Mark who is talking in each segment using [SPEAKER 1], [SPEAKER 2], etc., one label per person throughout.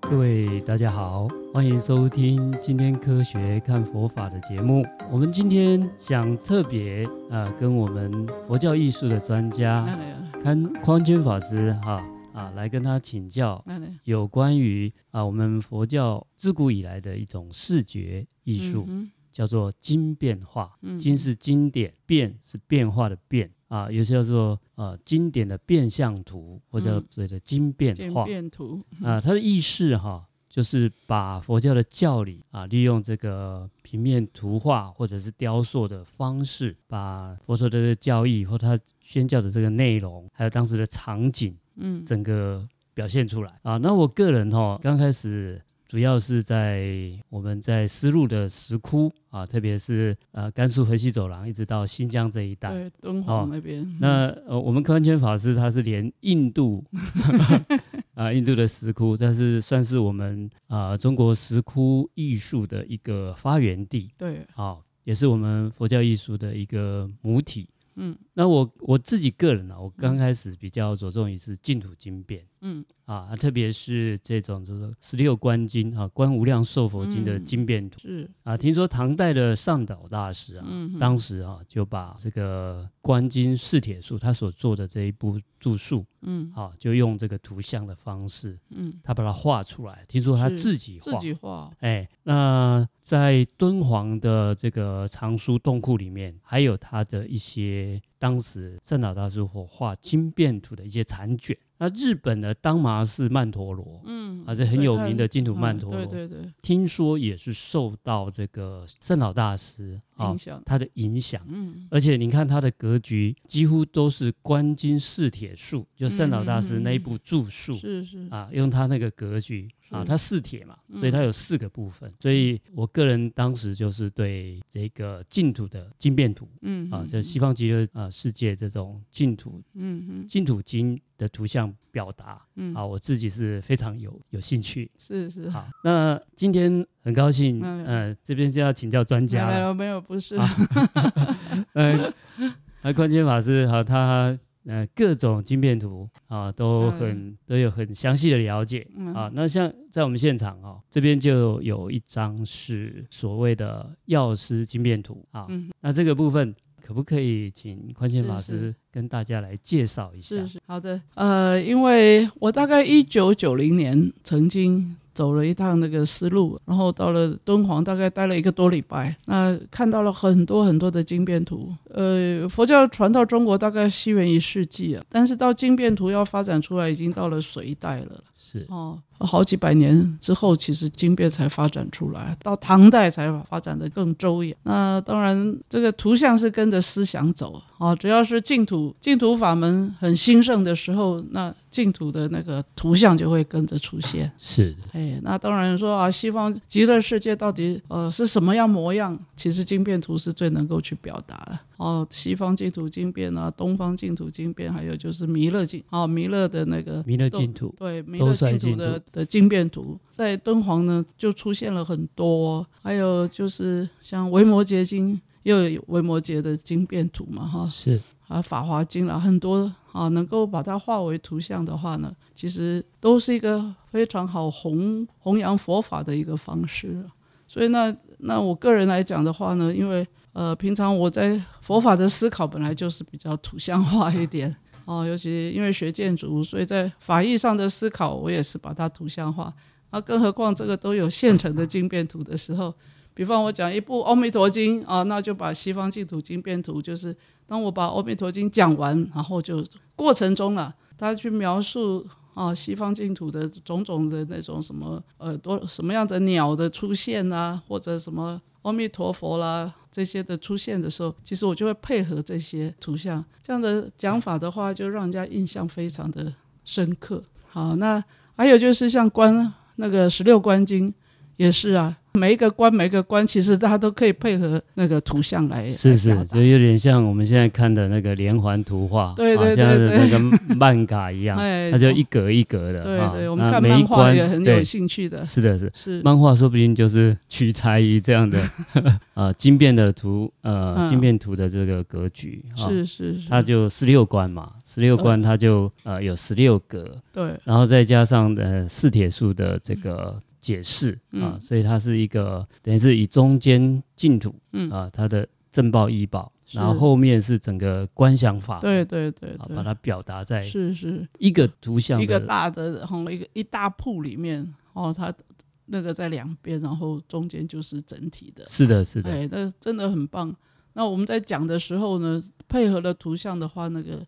[SPEAKER 1] 各位大家好，欢迎收听今天科学看佛法的节目。我们今天想特别呃跟我们佛教艺术的专
[SPEAKER 2] 那
[SPEAKER 1] 家
[SPEAKER 2] 里
[SPEAKER 1] 看匡坚法师哈啊来跟他请教
[SPEAKER 2] 那里
[SPEAKER 1] 有关于啊我们佛教自古以来的一种视觉艺术，
[SPEAKER 2] 嗯
[SPEAKER 1] 叫做经变化。
[SPEAKER 2] 哼
[SPEAKER 1] 经是经典，变是变化的变啊，有些叫做呃经典的变相图，或者
[SPEAKER 2] 嗯
[SPEAKER 1] 所谓的经嗯变
[SPEAKER 2] 渐
[SPEAKER 1] 化
[SPEAKER 2] 变图，
[SPEAKER 1] 啊。它的意识哈，就是把佛教的教理啊，利用这个平面图画或者是雕塑的方式，把佛陀的教义或他宣教的这个内容，还有当时的场景，
[SPEAKER 2] 嗯，
[SPEAKER 1] 整个表现出来啊。那我个人哈、刚开始主要是在我们在丝路的石窟啊，特别是呃甘肃河西走廊一直到新疆这一带。
[SPEAKER 2] 对敦煌那边，
[SPEAKER 1] 那呃，我们宽谦法师他是连印度 啊、印度的石窟，但是算是我们啊、中国石窟艺术的一个发源地
[SPEAKER 2] 对，
[SPEAKER 1] 啊、也是我们佛教艺术的一个母体。
[SPEAKER 2] 嗯
[SPEAKER 1] 那我我自己个人啊，我刚开始比较着重于是净土经变，
[SPEAKER 2] 嗯
[SPEAKER 1] 啊，特别是这种就是十六观经啊，《观无量寿佛经》的
[SPEAKER 2] 嗯
[SPEAKER 1] 经变图、
[SPEAKER 2] 是，
[SPEAKER 1] 啊，听说唐代的上岛大师啊，
[SPEAKER 2] 嗯哼
[SPEAKER 1] 当时啊就把这个观经释铁术他所做的这一部著述
[SPEAKER 2] 嗯
[SPEAKER 1] 啊，就用这个图像的方式，
[SPEAKER 2] 嗯，
[SPEAKER 1] 他把它画出来。听说他
[SPEAKER 2] 是
[SPEAKER 1] 自己
[SPEAKER 2] 自
[SPEAKER 1] 画，
[SPEAKER 2] 己画，
[SPEAKER 1] 哎，那在敦煌的这个藏书洞库里面，还有他的一些当时善导大师所画经变图的一些残卷。那日本的当麻寺曼陀罗，
[SPEAKER 2] 嗯，
[SPEAKER 1] 啊，这很
[SPEAKER 2] 对
[SPEAKER 1] 有
[SPEAKER 2] 它
[SPEAKER 1] 名的净土
[SPEAKER 2] 嗯
[SPEAKER 1] 曼陀罗，
[SPEAKER 2] 对对对，
[SPEAKER 1] 听说也是受到这个善导大师啊
[SPEAKER 2] 影响，
[SPEAKER 1] 他的影响。
[SPEAKER 2] 嗯
[SPEAKER 1] 而且你看他的格局，几乎都是观经释铁术，
[SPEAKER 2] 嗯
[SPEAKER 1] 就善导大师那一部著述。
[SPEAKER 2] 是是，
[SPEAKER 1] 啊，用它那个格局啊，
[SPEAKER 2] 是
[SPEAKER 1] 它四铁嘛，
[SPEAKER 2] 嗯
[SPEAKER 1] 所以它有四个部分。所以我个人当时就是对这个净土的经变图
[SPEAKER 2] 嗯
[SPEAKER 1] 啊，
[SPEAKER 2] 哼
[SPEAKER 1] 就西方极乐啊世界这种净土
[SPEAKER 2] 嗯哼
[SPEAKER 1] 净土经的图像表达
[SPEAKER 2] 嗯，
[SPEAKER 1] 啊，，我自己是非常有有兴趣。
[SPEAKER 2] 是是，
[SPEAKER 1] 好，那今天很高兴，
[SPEAKER 2] 嗯
[SPEAKER 1] 呃，这边就要请教专
[SPEAKER 2] 没有
[SPEAKER 1] 家
[SPEAKER 2] 没
[SPEAKER 1] 了，
[SPEAKER 2] 有没有，不是，
[SPEAKER 1] 啊嗯， 那关键法师和他呃各种经变图啊都很、都有很详细的了解。
[SPEAKER 2] 嗯
[SPEAKER 1] 啊，那像在我们现场哦，这边就有一张是所谓的药师经变图啊。
[SPEAKER 2] 嗯
[SPEAKER 1] 那这个部分可不可以请宽谦法
[SPEAKER 2] 是
[SPEAKER 1] 师跟大家来介绍一下？
[SPEAKER 2] 是是，好的，呃，因为我大概一九九零年曾经走了一趟那个丝路，然后到了敦煌，大概待了一个多礼拜，那看到了很多很多的经变图。呃，佛教传到中国大概西元一世纪啊，但是到经变图要发展出来，已经到了隋代了。
[SPEAKER 1] 是
[SPEAKER 2] 哦，好几百年之后，其实经变才发展出来，到唐代才发展的更周延。那当然，这个图像是跟着思想走啊、哦只要是净土净土法门很兴盛的时候，那净土的那个图像就会跟着出现。
[SPEAKER 1] 是的
[SPEAKER 2] 哎，那当然说啊，西方极乐世界到底呃是什么样模样？其实经变图是最能够去表达的。哦，西方净土经变啊，东方净土经变，还有就是弥勒经啊、哦，弥勒的那个
[SPEAKER 1] 弥勒净土
[SPEAKER 2] 对，弥
[SPEAKER 1] 都
[SPEAKER 2] 勒
[SPEAKER 1] 算
[SPEAKER 2] 净土
[SPEAKER 1] 净
[SPEAKER 2] 的
[SPEAKER 1] 土
[SPEAKER 2] 的经变图，在敦煌呢就出现了很多，还有就是像维摩诘经，又有维摩诘的经变图嘛，哈，
[SPEAKER 1] 是
[SPEAKER 2] 啊，法华经啦，很多啊，能够把它化为图像的话呢，其实都是一个非常好弘弘扬佛法的一个方式。啊所以那那我个人来讲的话呢，因为呃，平常我在佛法的思考本来就是比较图像化一点。哦，尤其因为学建筑，所以在法义上的思考，我也是把它图像化。啊，更何况这个都有现成的经变图的时候，比方我讲一部《阿弥陀经》啊，那就把西方净土经变图，就是当我把《阿弥陀经》讲完，然后就过程中了、他去描述啊西方净土的种种的那种什么呃多什么样的鸟的出现啊，或者什么阿弥陀佛啦这些的出现的时候，其实我就会配合这些图像，这样的讲法的话，就让人家印象非常的深刻。好，那还有就是像观那个十六观经也是啊，每一个关每一个关，其实大家都可以配合那个图像来
[SPEAKER 1] 是
[SPEAKER 2] 来
[SPEAKER 1] 是
[SPEAKER 2] 表，达
[SPEAKER 1] 就有点像我们现在看的那个连环图画，
[SPEAKER 2] 对
[SPEAKER 1] 啊
[SPEAKER 2] 对
[SPEAKER 1] 现在的
[SPEAKER 2] 对
[SPEAKER 1] 那个漫卡 一样，
[SPEAKER 2] 哎，
[SPEAKER 1] 它就一格一格的，
[SPEAKER 2] 对
[SPEAKER 1] 啊
[SPEAKER 2] 对，我
[SPEAKER 1] 那
[SPEAKER 2] 们看
[SPEAKER 1] 每一
[SPEAKER 2] 漫画
[SPEAKER 1] 关
[SPEAKER 2] 也很有
[SPEAKER 1] 对
[SPEAKER 2] 兴趣的，
[SPEAKER 1] 是的是的，
[SPEAKER 2] 是
[SPEAKER 1] 漫画说不定就是取材于这 样的 呃晶片的图呃
[SPEAKER 2] 嗯
[SPEAKER 1] 晶片图的这个格局啊，
[SPEAKER 2] 是是是，
[SPEAKER 1] 它就十六关嘛，十六关它就呃有十六格，
[SPEAKER 2] 对
[SPEAKER 1] 然后再加上呃四铁树的这个解释啊、
[SPEAKER 2] 嗯
[SPEAKER 1] 所以它是一个等于是以中间净土
[SPEAKER 2] 嗯
[SPEAKER 1] 啊、它的正报医报，
[SPEAKER 2] 是
[SPEAKER 1] 然后后面是整个观想法，
[SPEAKER 2] 对对对
[SPEAKER 1] 啊，把
[SPEAKER 2] 对，
[SPEAKER 1] 它表达在
[SPEAKER 2] 是是
[SPEAKER 1] 一个图像
[SPEAKER 2] 一个
[SPEAKER 1] 的
[SPEAKER 2] 大的，然后一个一大铺里面，哦，它那个在两边，然后中间就是整体的，
[SPEAKER 1] 是的是的，
[SPEAKER 2] 哎，那真的很棒。那我们在讲的时候呢，配合了图像的话，那个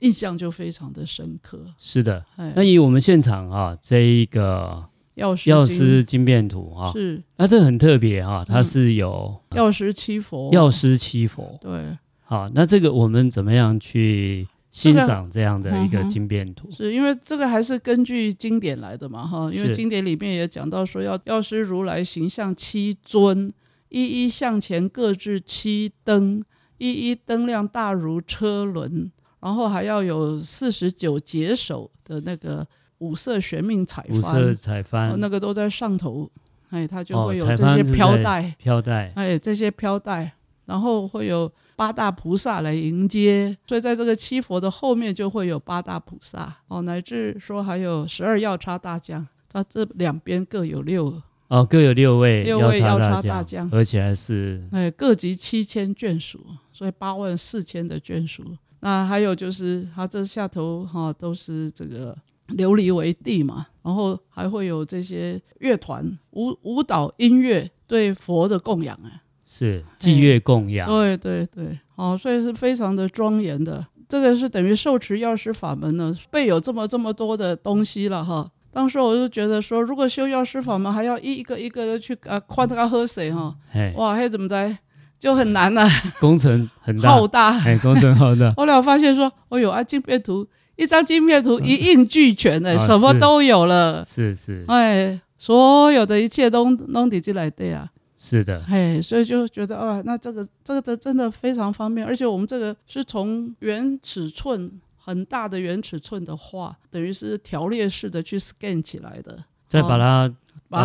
[SPEAKER 2] 印象就非常的深刻。
[SPEAKER 1] 是的。
[SPEAKER 2] 哎
[SPEAKER 1] 那，以我们现场啊，这一个
[SPEAKER 2] 药师
[SPEAKER 1] 药
[SPEAKER 2] 经
[SPEAKER 1] 师晶片图啊，
[SPEAKER 2] 是嗯哦
[SPEAKER 1] 那这很特别哈、它是有
[SPEAKER 2] 药师七佛，
[SPEAKER 1] 药师七佛。
[SPEAKER 2] 对，
[SPEAKER 1] 好，那这个我们怎么样去欣
[SPEAKER 2] 这个
[SPEAKER 1] 赏这样的一个
[SPEAKER 2] 嗯哼
[SPEAKER 1] 晶片图？
[SPEAKER 2] 是因为这个还是根据经典来的嘛，哈，因为
[SPEAKER 1] 是
[SPEAKER 2] 经典里面也讲到说要药师如来形象七尊，一一向前各置七灯，一一灯亮大如车轮，然后还要有四十九解手的那个五色玄命彩
[SPEAKER 1] 五
[SPEAKER 2] 幡，
[SPEAKER 1] 色彩幡、
[SPEAKER 2] 哦那个都在上头，哎，它就
[SPEAKER 1] 哦
[SPEAKER 2] 会有
[SPEAKER 1] 彩
[SPEAKER 2] 这
[SPEAKER 1] 幡
[SPEAKER 2] 些
[SPEAKER 1] 是
[SPEAKER 2] 飘
[SPEAKER 1] 在
[SPEAKER 2] 带，
[SPEAKER 1] 飘带，
[SPEAKER 2] 哎，这些飘带，然后会有八大菩萨来迎接，所以在这个七佛的后面就会有八大菩萨哦，乃至说还有十二药叉大将，它这两边各有六，
[SPEAKER 1] 哦，各有六位
[SPEAKER 2] 六
[SPEAKER 1] 药
[SPEAKER 2] 位药
[SPEAKER 1] 大
[SPEAKER 2] 叉大将
[SPEAKER 1] 而且还是
[SPEAKER 2] 哎，各集七千眷属，所以八万四千的眷属。那还有就是它这下头哈、都是这个琉璃为地嘛，然后还会有这些乐团舞舞蹈音乐对佛的供养啊。
[SPEAKER 1] 是祭月供养，
[SPEAKER 2] 对对对，哦，所以是非常的庄严的。这个是等于受持药师法门呢，备有这么这么多的东西了哈。当时我就觉得说，如果修药师法门，还要一个一个的去啊，看他喝水哈，
[SPEAKER 1] 哎，
[SPEAKER 2] 哇，还怎么在就很难呐、
[SPEAKER 1] 工程很大
[SPEAKER 2] 浩，大。
[SPEAKER 1] 哎，工程浩大
[SPEAKER 2] ，后来我发现说，哦哟啊，镜片图一张镜片图一应俱全的、
[SPEAKER 1] 嗯啊
[SPEAKER 2] 什么
[SPEAKER 1] 是
[SPEAKER 2] 都有了，
[SPEAKER 1] 是是
[SPEAKER 2] 哎，所有的一切都弄底进来的呀。
[SPEAKER 1] 是的，
[SPEAKER 2] 哎，所以就觉得啊，那这个这个的真的非常方便，而且我们这个是从原尺寸很大的原尺寸的画，等于是条列式的去 scan 起来的，
[SPEAKER 1] 再把它
[SPEAKER 2] 把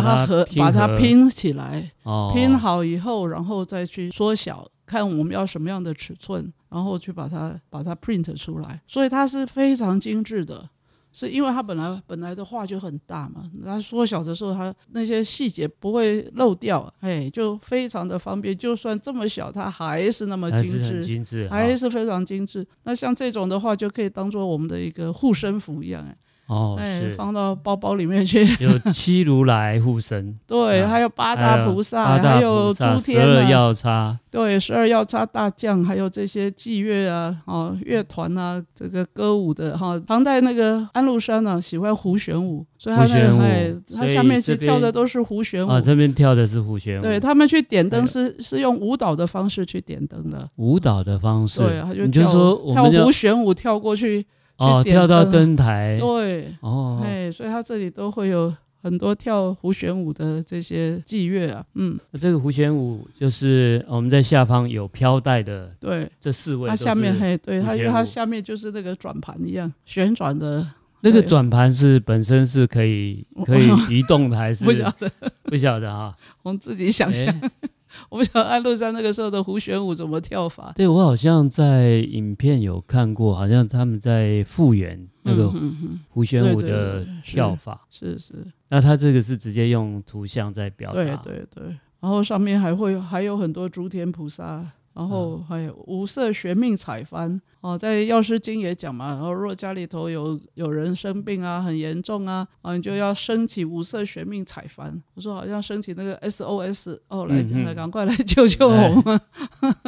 [SPEAKER 1] 把它
[SPEAKER 2] 它合
[SPEAKER 1] 拼
[SPEAKER 2] 把它
[SPEAKER 1] 合
[SPEAKER 2] 拼起来，
[SPEAKER 1] 哦
[SPEAKER 2] 拼好以后，然后再去缩小，看我们要什么样的尺寸，然后去把它把它 print 出来，所以它是非常精致的。是因为它本来本来的画就很大嘛，它缩小的时候，它那些细节不会漏掉，哎，就非常的方便。就算这么小，它还是那么
[SPEAKER 1] 还
[SPEAKER 2] 精
[SPEAKER 1] 是很
[SPEAKER 2] 致，
[SPEAKER 1] 精致，啊哈
[SPEAKER 2] 还是非常精致。那像这种的话，就可以当做我们的一个护身符一样，
[SPEAKER 1] 哦
[SPEAKER 2] 哎，哎
[SPEAKER 1] 是
[SPEAKER 2] 放到包包里面去。
[SPEAKER 1] 有七如来护 身，
[SPEAKER 2] 对，
[SPEAKER 1] 啊
[SPEAKER 2] 还有八
[SPEAKER 1] 还
[SPEAKER 2] 大
[SPEAKER 1] 有
[SPEAKER 2] 菩萨，
[SPEAKER 1] 八大
[SPEAKER 2] 还有
[SPEAKER 1] 菩萨
[SPEAKER 2] 诸
[SPEAKER 1] 十
[SPEAKER 2] 天
[SPEAKER 1] 二
[SPEAKER 2] 啊，
[SPEAKER 1] 药叉，
[SPEAKER 2] 对，十二曜叉大将，还有这些祭乐啊、哦乐团啊，这个歌舞的哈、唐代那个安禄山呢、啊，喜欢胡旋舞，所以他
[SPEAKER 1] 胡旋
[SPEAKER 2] 那
[SPEAKER 1] 舞
[SPEAKER 2] 个哎，他
[SPEAKER 1] 所以
[SPEAKER 2] 下面其
[SPEAKER 1] 这
[SPEAKER 2] 实跳
[SPEAKER 1] 边
[SPEAKER 2] 的都是胡旋舞。
[SPEAKER 1] 啊，这边哎跳的是虎旋舞，
[SPEAKER 2] 对他们去点
[SPEAKER 1] 还有
[SPEAKER 2] 灯是是用舞蹈的方式去点灯的，
[SPEAKER 1] 舞蹈的方式，
[SPEAKER 2] 对，他就
[SPEAKER 1] 你
[SPEAKER 2] 跳
[SPEAKER 1] 就说我
[SPEAKER 2] 跳
[SPEAKER 1] 们要
[SPEAKER 2] 胡旋舞跳过去，
[SPEAKER 1] 哦
[SPEAKER 2] 去点
[SPEAKER 1] 跳到
[SPEAKER 2] 灯
[SPEAKER 1] 灯台，
[SPEAKER 2] 对，
[SPEAKER 1] 哎哦，
[SPEAKER 2] 哎，所以他这里都会有很多跳胡旋舞的这些祭乐啊，嗯，
[SPEAKER 1] 那这个胡旋舞就是我们在下方有飘带的
[SPEAKER 2] 对，
[SPEAKER 1] 这四位
[SPEAKER 2] 它
[SPEAKER 1] 都是，
[SPEAKER 2] 啊下面嘿，对
[SPEAKER 1] 五
[SPEAKER 2] 它，因为
[SPEAKER 1] 千
[SPEAKER 2] 它
[SPEAKER 1] 五
[SPEAKER 2] 下面就是那个转盘一样旋转的，
[SPEAKER 1] 那个
[SPEAKER 2] 对
[SPEAKER 1] 转盘是本身是可以
[SPEAKER 2] 我
[SPEAKER 1] 可以移动的，还是
[SPEAKER 2] 不晓得，
[SPEAKER 1] 不晓得哈？
[SPEAKER 2] 我们自己想象，
[SPEAKER 1] 哎
[SPEAKER 2] 我不晓得安禄山那个时候的胡旋舞怎么跳法。
[SPEAKER 1] 对我好像在影片有看过，好像他们在复原那个
[SPEAKER 2] 嗯嗯嗯，
[SPEAKER 1] 胡旋舞
[SPEAKER 2] 对对
[SPEAKER 1] 的
[SPEAKER 2] 对对是
[SPEAKER 1] 跳法。
[SPEAKER 2] 是是，
[SPEAKER 1] 那他这个是直接用图像在表达，
[SPEAKER 2] 对对对。然后上面还会还有很多诸天菩萨，然后
[SPEAKER 1] 嗯
[SPEAKER 2] 还有五色玄命彩幡哦，在药师经也讲嘛，然后若家里头有有人生病啊，很严重啊，啊你就要升起五色玄命彩幡。我说好像升起那个 SOS 哦，来、
[SPEAKER 1] 嗯嗯哎
[SPEAKER 2] 来赶快来救救我们。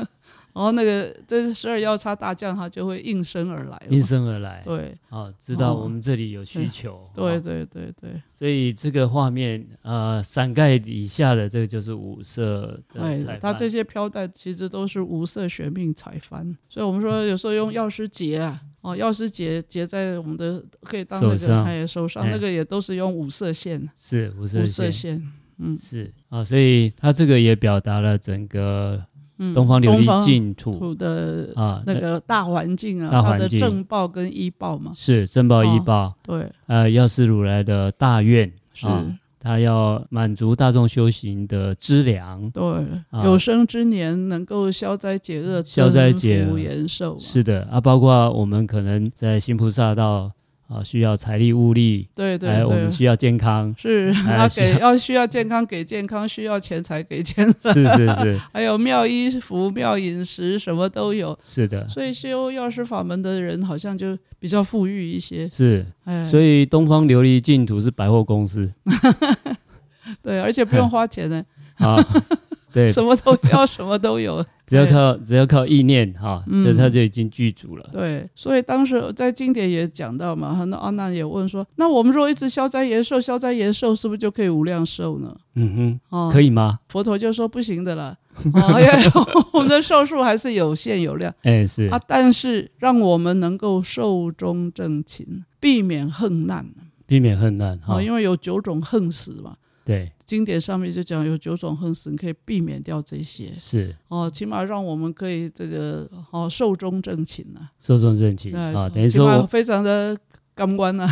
[SPEAKER 2] 然后那个这十二药叉大将他就会应声而来
[SPEAKER 1] 应
[SPEAKER 2] 嘛，
[SPEAKER 1] 声而来。
[SPEAKER 2] 对
[SPEAKER 1] 啊，知道
[SPEAKER 2] 哦
[SPEAKER 1] 我们这里有需求，
[SPEAKER 2] 对
[SPEAKER 1] 啊
[SPEAKER 2] 对对对，
[SPEAKER 1] 所以这个画面，呃，伞盖以下的这个就是五色的彩
[SPEAKER 2] 哎，
[SPEAKER 1] 盘，
[SPEAKER 2] 它这些飘带其实都是无色玄命彩幡，所以我们说有时候用药师结啊，哦，药师结结在我们的可以当那
[SPEAKER 1] 手上
[SPEAKER 2] 个哎手上
[SPEAKER 1] 哎
[SPEAKER 2] 那个也都是用五色线，
[SPEAKER 1] 是五色
[SPEAKER 2] 五
[SPEAKER 1] 线
[SPEAKER 2] 色线，嗯
[SPEAKER 1] 是啊，所以他这个也表达了整个
[SPEAKER 2] 嗯，
[SPEAKER 1] 东方琉
[SPEAKER 2] 东
[SPEAKER 1] 璃
[SPEAKER 2] 方
[SPEAKER 1] 净土
[SPEAKER 2] 土的
[SPEAKER 1] 啊，
[SPEAKER 2] 那个大环境啊，
[SPEAKER 1] 大
[SPEAKER 2] 它
[SPEAKER 1] 环
[SPEAKER 2] 的
[SPEAKER 1] 境
[SPEAKER 2] 正报跟医报嘛，
[SPEAKER 1] 是正报医
[SPEAKER 2] 哦
[SPEAKER 1] 报，
[SPEAKER 2] 对，
[SPEAKER 1] 呃，药师如来的大愿
[SPEAKER 2] 是，
[SPEAKER 1] 啊，他要满足大众修行的资粮。
[SPEAKER 2] 对，
[SPEAKER 1] 啊
[SPEAKER 2] 有生之年能够消灾解厄，
[SPEAKER 1] 消灾解
[SPEAKER 2] 增福
[SPEAKER 1] 厄
[SPEAKER 2] 延寿嘛，
[SPEAKER 1] 是的啊，包括我们可能在新菩萨道啊，需要财力物力，
[SPEAKER 2] 对对
[SPEAKER 1] 哎，我
[SPEAKER 2] 对，
[SPEAKER 1] 们，需要健康
[SPEAKER 2] 是
[SPEAKER 1] 哎
[SPEAKER 2] 要
[SPEAKER 1] 需
[SPEAKER 2] 给
[SPEAKER 1] 要
[SPEAKER 2] 要需要健康给健康，需要钱财给钱 财，
[SPEAKER 1] 是是是
[SPEAKER 2] 还有妙衣服、妙饮食，什么都有。
[SPEAKER 1] 是的，
[SPEAKER 2] 所以修药师法门的人好像就比较富裕一些，
[SPEAKER 1] 是。
[SPEAKER 2] 哎，
[SPEAKER 1] 所以东方琉璃净土是百货公司
[SPEAKER 2] 对，而且不用花钱呢，
[SPEAKER 1] 啊， 对，
[SPEAKER 2] 什么都要，什么都有。
[SPEAKER 1] 只要靠只要靠意念哈，
[SPEAKER 2] 嗯
[SPEAKER 1] 这他就已经具足了。
[SPEAKER 2] 对，所以当时在经典也讲到嘛，很多阿难也问说，那我们如果一直消灾延寿，消灾延寿是不是就可以无量寿呢？
[SPEAKER 1] 嗯
[SPEAKER 2] 哦
[SPEAKER 1] 哼，，可以吗？
[SPEAKER 2] 佛陀就说不行 的啦，哦，因为我们的寿数还是有限有量
[SPEAKER 1] 哎，是
[SPEAKER 2] 啊，但是让我们能够寿终正寝，避免横难
[SPEAKER 1] 避免恨难
[SPEAKER 2] 啊、
[SPEAKER 1] 哈
[SPEAKER 2] 哦，，因为有九种横死嘛。
[SPEAKER 1] 对，
[SPEAKER 2] 经典上面就讲有九种横死，你可以避免掉这些
[SPEAKER 1] 是
[SPEAKER 2] 哦，起码让我们可以这个哦寿终正寝啊，
[SPEAKER 1] 受众正情
[SPEAKER 2] 对
[SPEAKER 1] 啊，等于
[SPEAKER 2] 起
[SPEAKER 1] 说
[SPEAKER 2] 码
[SPEAKER 1] 我
[SPEAKER 2] 非常的感官啊，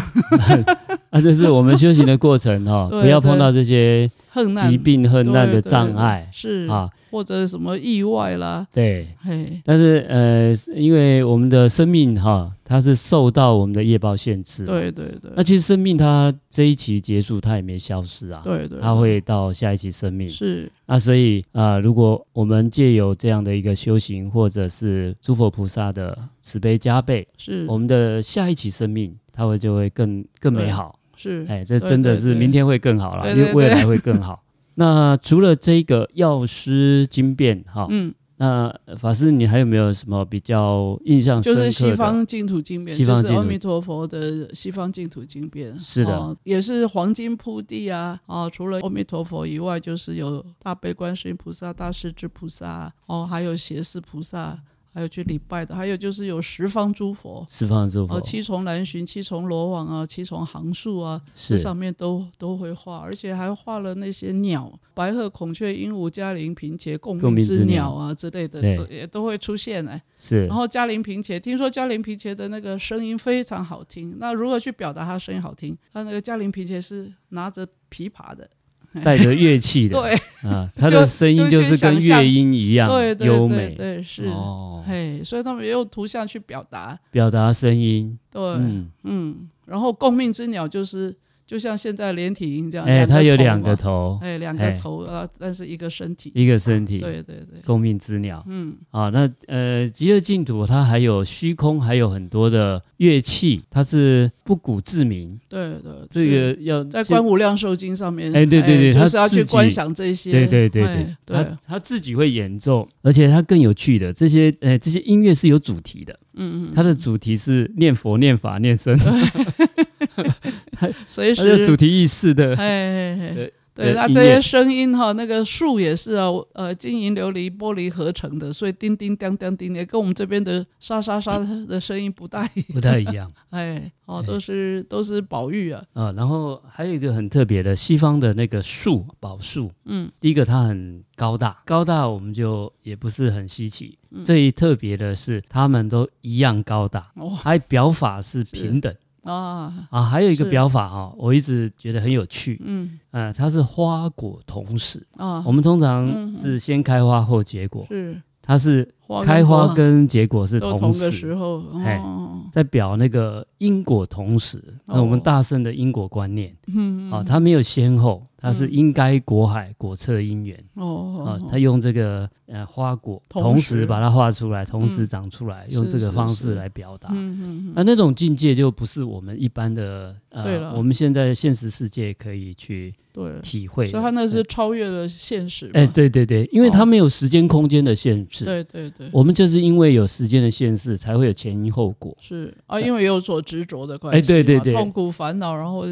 [SPEAKER 1] 啊，这是我们修行的过程哈，
[SPEAKER 2] 对
[SPEAKER 1] 不要碰到这些
[SPEAKER 2] 横难
[SPEAKER 1] 疾病恨难的
[SPEAKER 2] 对对
[SPEAKER 1] 障碍
[SPEAKER 2] 是
[SPEAKER 1] 啊，
[SPEAKER 2] 或者什么意外啦，
[SPEAKER 1] 对。
[SPEAKER 2] 嘿，
[SPEAKER 1] 但是呃，因为我们的生命哈，它是受到我们的业报限制。。啊
[SPEAKER 2] 对对对
[SPEAKER 1] 那，其实生命它这一期结束，它也没消失啊，
[SPEAKER 2] 对对，
[SPEAKER 1] 它会到下一期生命。
[SPEAKER 2] 是
[SPEAKER 1] 那所以啊、呃如果我们借由这样的一个修行，或者是诸佛菩萨的慈悲加倍，
[SPEAKER 2] 是
[SPEAKER 1] 我们的下一期生命，它会就会更更美
[SPEAKER 2] 对
[SPEAKER 1] 好。
[SPEAKER 2] 是，
[SPEAKER 1] 哎，这
[SPEAKER 2] 对
[SPEAKER 1] 真的
[SPEAKER 2] 对
[SPEAKER 1] 是
[SPEAKER 2] 对
[SPEAKER 1] 明天会更好了，
[SPEAKER 2] 对
[SPEAKER 1] 因为
[SPEAKER 2] 对
[SPEAKER 1] 未
[SPEAKER 2] 对
[SPEAKER 1] 来会更好。那除了这个药师经变哈，
[SPEAKER 2] 嗯，
[SPEAKER 1] 那呃法师你还有没有什么比较印象
[SPEAKER 2] 就
[SPEAKER 1] 深刻的？
[SPEAKER 2] 是西方净土经变，
[SPEAKER 1] 西
[SPEAKER 2] 就
[SPEAKER 1] 方
[SPEAKER 2] 是
[SPEAKER 1] 净
[SPEAKER 2] 阿
[SPEAKER 1] 土
[SPEAKER 2] 弥陀佛的西方净土经变，
[SPEAKER 1] 是的
[SPEAKER 2] 哦也是黄金铺地啊，哦，除了阿弥陀佛以外，就是有大悲观世音菩萨、大势至菩萨，哦，还有胁侍菩萨，还有去礼拜的，还有就是有十方诸佛。
[SPEAKER 1] 西方诸佛、
[SPEAKER 2] 哦，七重蓝寻、七重罗网啊，七重行树啊，这
[SPEAKER 1] 是
[SPEAKER 2] 上面都都会画，而且还画了那些鸟，白鹤、孔雀、鹦鹉、嘉陵平茄、共
[SPEAKER 1] 共
[SPEAKER 2] 鸣
[SPEAKER 1] 鸣
[SPEAKER 2] 之
[SPEAKER 1] 之
[SPEAKER 2] 鸟
[SPEAKER 1] 鸟
[SPEAKER 2] 啊之类的，
[SPEAKER 1] 对
[SPEAKER 2] 都也都会出现哎。
[SPEAKER 1] 是
[SPEAKER 2] 然后嘉陵平茄，听说嘉陵平茄的那个声音非常好听。那如何去表达它声音好听？它那个嘉陵平茄是拿着琵琶的，
[SPEAKER 1] 带着乐器的，
[SPEAKER 2] 对
[SPEAKER 1] 啊，他
[SPEAKER 2] 就
[SPEAKER 1] 的声音
[SPEAKER 2] 就
[SPEAKER 1] 是
[SPEAKER 2] 去
[SPEAKER 1] 跟
[SPEAKER 2] 想象
[SPEAKER 1] 乐音一样
[SPEAKER 2] 对
[SPEAKER 1] 优
[SPEAKER 2] 对对
[SPEAKER 1] 美，
[SPEAKER 2] 对，是，
[SPEAKER 1] 哦，
[SPEAKER 2] 嘿，所以他们也用图像去表达，
[SPEAKER 1] 表达声音，
[SPEAKER 2] 对，嗯
[SPEAKER 1] 嗯，
[SPEAKER 2] 然后共命之鸟就是就像现在连体婴这样，
[SPEAKER 1] 哎，
[SPEAKER 2] 两个
[SPEAKER 1] 它有
[SPEAKER 2] 头
[SPEAKER 1] 两
[SPEAKER 2] 嘛
[SPEAKER 1] 个，头，
[SPEAKER 2] 哎，两个
[SPEAKER 1] 哎
[SPEAKER 2] 头啊，但是一个身体，
[SPEAKER 1] 一个身体，
[SPEAKER 2] 对对对，
[SPEAKER 1] 共命之鸟。
[SPEAKER 2] 嗯，
[SPEAKER 1] 啊，那呃，极乐净土它还有虚空，还有很多的乐器，它是不古自明，
[SPEAKER 2] 对对，
[SPEAKER 1] 这
[SPEAKER 2] 是
[SPEAKER 1] 个要
[SPEAKER 2] 在
[SPEAKER 1] 就
[SPEAKER 2] 观无量寿经上面，
[SPEAKER 1] 哎对对对
[SPEAKER 2] 就
[SPEAKER 1] 他
[SPEAKER 2] 是要去
[SPEAKER 1] 自己
[SPEAKER 2] 观想这些，
[SPEAKER 1] 对对对对
[SPEAKER 2] 哎，对
[SPEAKER 1] 他，他自己会演奏，而且他更有趣的这些呃这些音乐是有主题的，
[SPEAKER 2] 嗯嗯，
[SPEAKER 1] 它的主题是念佛、念法、 念僧，
[SPEAKER 2] 随
[SPEAKER 1] 它的
[SPEAKER 2] 时
[SPEAKER 1] 主题意识的，
[SPEAKER 2] 哎哎，哎
[SPEAKER 1] 对
[SPEAKER 2] 对，
[SPEAKER 1] 的
[SPEAKER 2] 那
[SPEAKER 1] 音
[SPEAKER 2] 这些
[SPEAKER 1] 乐
[SPEAKER 2] 声音哈，那个树也是啊，呃，金银琉璃玻璃合成的，所以叮叮当当叮也跟我们这边的沙沙沙的声音 不大一样。
[SPEAKER 1] 不太一样
[SPEAKER 2] 哎，哦，
[SPEAKER 1] 哎
[SPEAKER 2] 都是都是宝玉啊，
[SPEAKER 1] 啊。然后还有一个很特别的，西方的那个树宝树，
[SPEAKER 2] 嗯，
[SPEAKER 1] 第一个它很高大，高大我们就也不是很稀奇。
[SPEAKER 2] 嗯
[SPEAKER 1] 最特别的是，他们都一样高大，
[SPEAKER 2] 哦
[SPEAKER 1] 还表法是平等
[SPEAKER 2] 啊，
[SPEAKER 1] 啊。还有一个
[SPEAKER 2] 是
[SPEAKER 1] 表法哈、我一直觉得很有趣，
[SPEAKER 2] 嗯
[SPEAKER 1] 呃，它是花果同时。
[SPEAKER 2] 啊
[SPEAKER 1] 我，们通常
[SPEAKER 2] 嗯
[SPEAKER 1] 是先开花后结果，
[SPEAKER 2] 是
[SPEAKER 1] 它是
[SPEAKER 2] 花
[SPEAKER 1] 开花
[SPEAKER 2] 跟
[SPEAKER 1] 跟结果是
[SPEAKER 2] 都同个时
[SPEAKER 1] 时，
[SPEAKER 2] 候，
[SPEAKER 1] 哎
[SPEAKER 2] 哦，
[SPEAKER 1] 在表那个因果同时。那我们
[SPEAKER 2] 哦
[SPEAKER 1] 大圣的因果观念
[SPEAKER 2] 嗯
[SPEAKER 1] 啊，它没有先后，它是
[SPEAKER 2] 嗯
[SPEAKER 1] 应该果海果测因缘。啊
[SPEAKER 2] 哦，，
[SPEAKER 1] 他用这个呃花果
[SPEAKER 2] 同
[SPEAKER 1] 同
[SPEAKER 2] 时
[SPEAKER 1] 时把它画出来，同
[SPEAKER 2] 嗯
[SPEAKER 1] 时长出来，用
[SPEAKER 2] 是
[SPEAKER 1] 这
[SPEAKER 2] 是
[SPEAKER 1] 个方
[SPEAKER 2] 是
[SPEAKER 1] 式来表达。
[SPEAKER 2] 嗯嗯
[SPEAKER 1] 那那种境界就不是我们一般的
[SPEAKER 2] 对
[SPEAKER 1] 呃
[SPEAKER 2] 了，
[SPEAKER 1] 我们现在现实世界可以去
[SPEAKER 2] 嗯，
[SPEAKER 1] 体会的。
[SPEAKER 2] 对，所以他那是
[SPEAKER 1] 嗯
[SPEAKER 2] 超越了现实嘛，
[SPEAKER 1] 哎，对对对，因为
[SPEAKER 2] 哦
[SPEAKER 1] 它没有时间空间的限制。
[SPEAKER 2] 对对对，
[SPEAKER 1] 我们就是因为有时间的限制，才会有前因后果。
[SPEAKER 2] 是啊，因为有所执着的关系
[SPEAKER 1] 呃哎
[SPEAKER 2] 嘛，
[SPEAKER 1] 对对对
[SPEAKER 2] 痛苦、烦恼，然后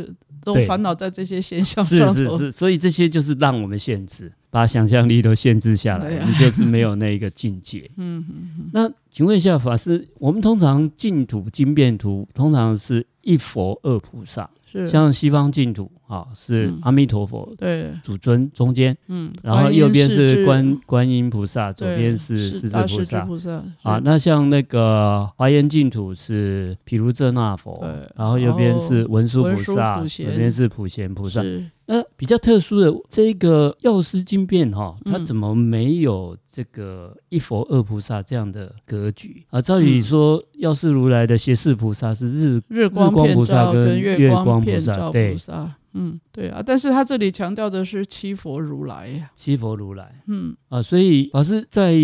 [SPEAKER 2] 都
[SPEAKER 1] 对
[SPEAKER 2] 烦恼在这些现象
[SPEAKER 1] 是
[SPEAKER 2] 上
[SPEAKER 1] 是
[SPEAKER 2] 头。
[SPEAKER 1] 是，所以这些就是让我们限制，把想象力都限制下来，
[SPEAKER 2] 对啊
[SPEAKER 1] 我们就是没有那一个境界。
[SPEAKER 2] 嗯嗯嗯，
[SPEAKER 1] 那请问一下法师，我们通常净土经变图通常是一佛二菩萨，
[SPEAKER 2] 是
[SPEAKER 1] 像西方净土啊、啊，是
[SPEAKER 2] 嗯
[SPEAKER 1] 阿弥陀佛
[SPEAKER 2] 对，
[SPEAKER 1] 主尊中间，
[SPEAKER 2] 嗯，
[SPEAKER 1] 然后
[SPEAKER 2] 观音
[SPEAKER 1] 右边
[SPEAKER 2] 世
[SPEAKER 1] 是
[SPEAKER 2] 智
[SPEAKER 1] 观观音菩萨，左
[SPEAKER 2] 对
[SPEAKER 1] 边是
[SPEAKER 2] 是
[SPEAKER 1] 四智
[SPEAKER 2] 大
[SPEAKER 1] 菩
[SPEAKER 2] 势至
[SPEAKER 1] 萨。
[SPEAKER 2] 菩萨
[SPEAKER 1] 啊，那像那个华严净土是毗卢遮那佛
[SPEAKER 2] 对，
[SPEAKER 1] 然后右边是文殊
[SPEAKER 2] 哦文
[SPEAKER 1] 菩
[SPEAKER 2] 殊
[SPEAKER 1] 萨，
[SPEAKER 2] 普
[SPEAKER 1] 左
[SPEAKER 2] 贤
[SPEAKER 1] 边是普贤菩
[SPEAKER 2] 菩
[SPEAKER 1] 萨。
[SPEAKER 2] 是
[SPEAKER 1] 那比较特殊的这个药师经变哈、它
[SPEAKER 2] 嗯
[SPEAKER 1] 怎么没有这个一佛二菩萨这样的格局啊？照理
[SPEAKER 2] 嗯
[SPEAKER 1] 说，药师如来的胁侍菩萨是日
[SPEAKER 2] 日
[SPEAKER 1] 光
[SPEAKER 2] 光
[SPEAKER 1] 菩
[SPEAKER 2] 遍
[SPEAKER 1] 萨
[SPEAKER 2] 照
[SPEAKER 1] 跟
[SPEAKER 2] 跟
[SPEAKER 1] 月光
[SPEAKER 2] 光
[SPEAKER 1] 菩
[SPEAKER 2] 遍
[SPEAKER 1] 萨
[SPEAKER 2] 照
[SPEAKER 1] 对
[SPEAKER 2] 菩萨，嗯，对啊，但是他这里强调的是七佛如来呀，
[SPEAKER 1] 七佛如来
[SPEAKER 2] 嗯，
[SPEAKER 1] 啊，所以法师在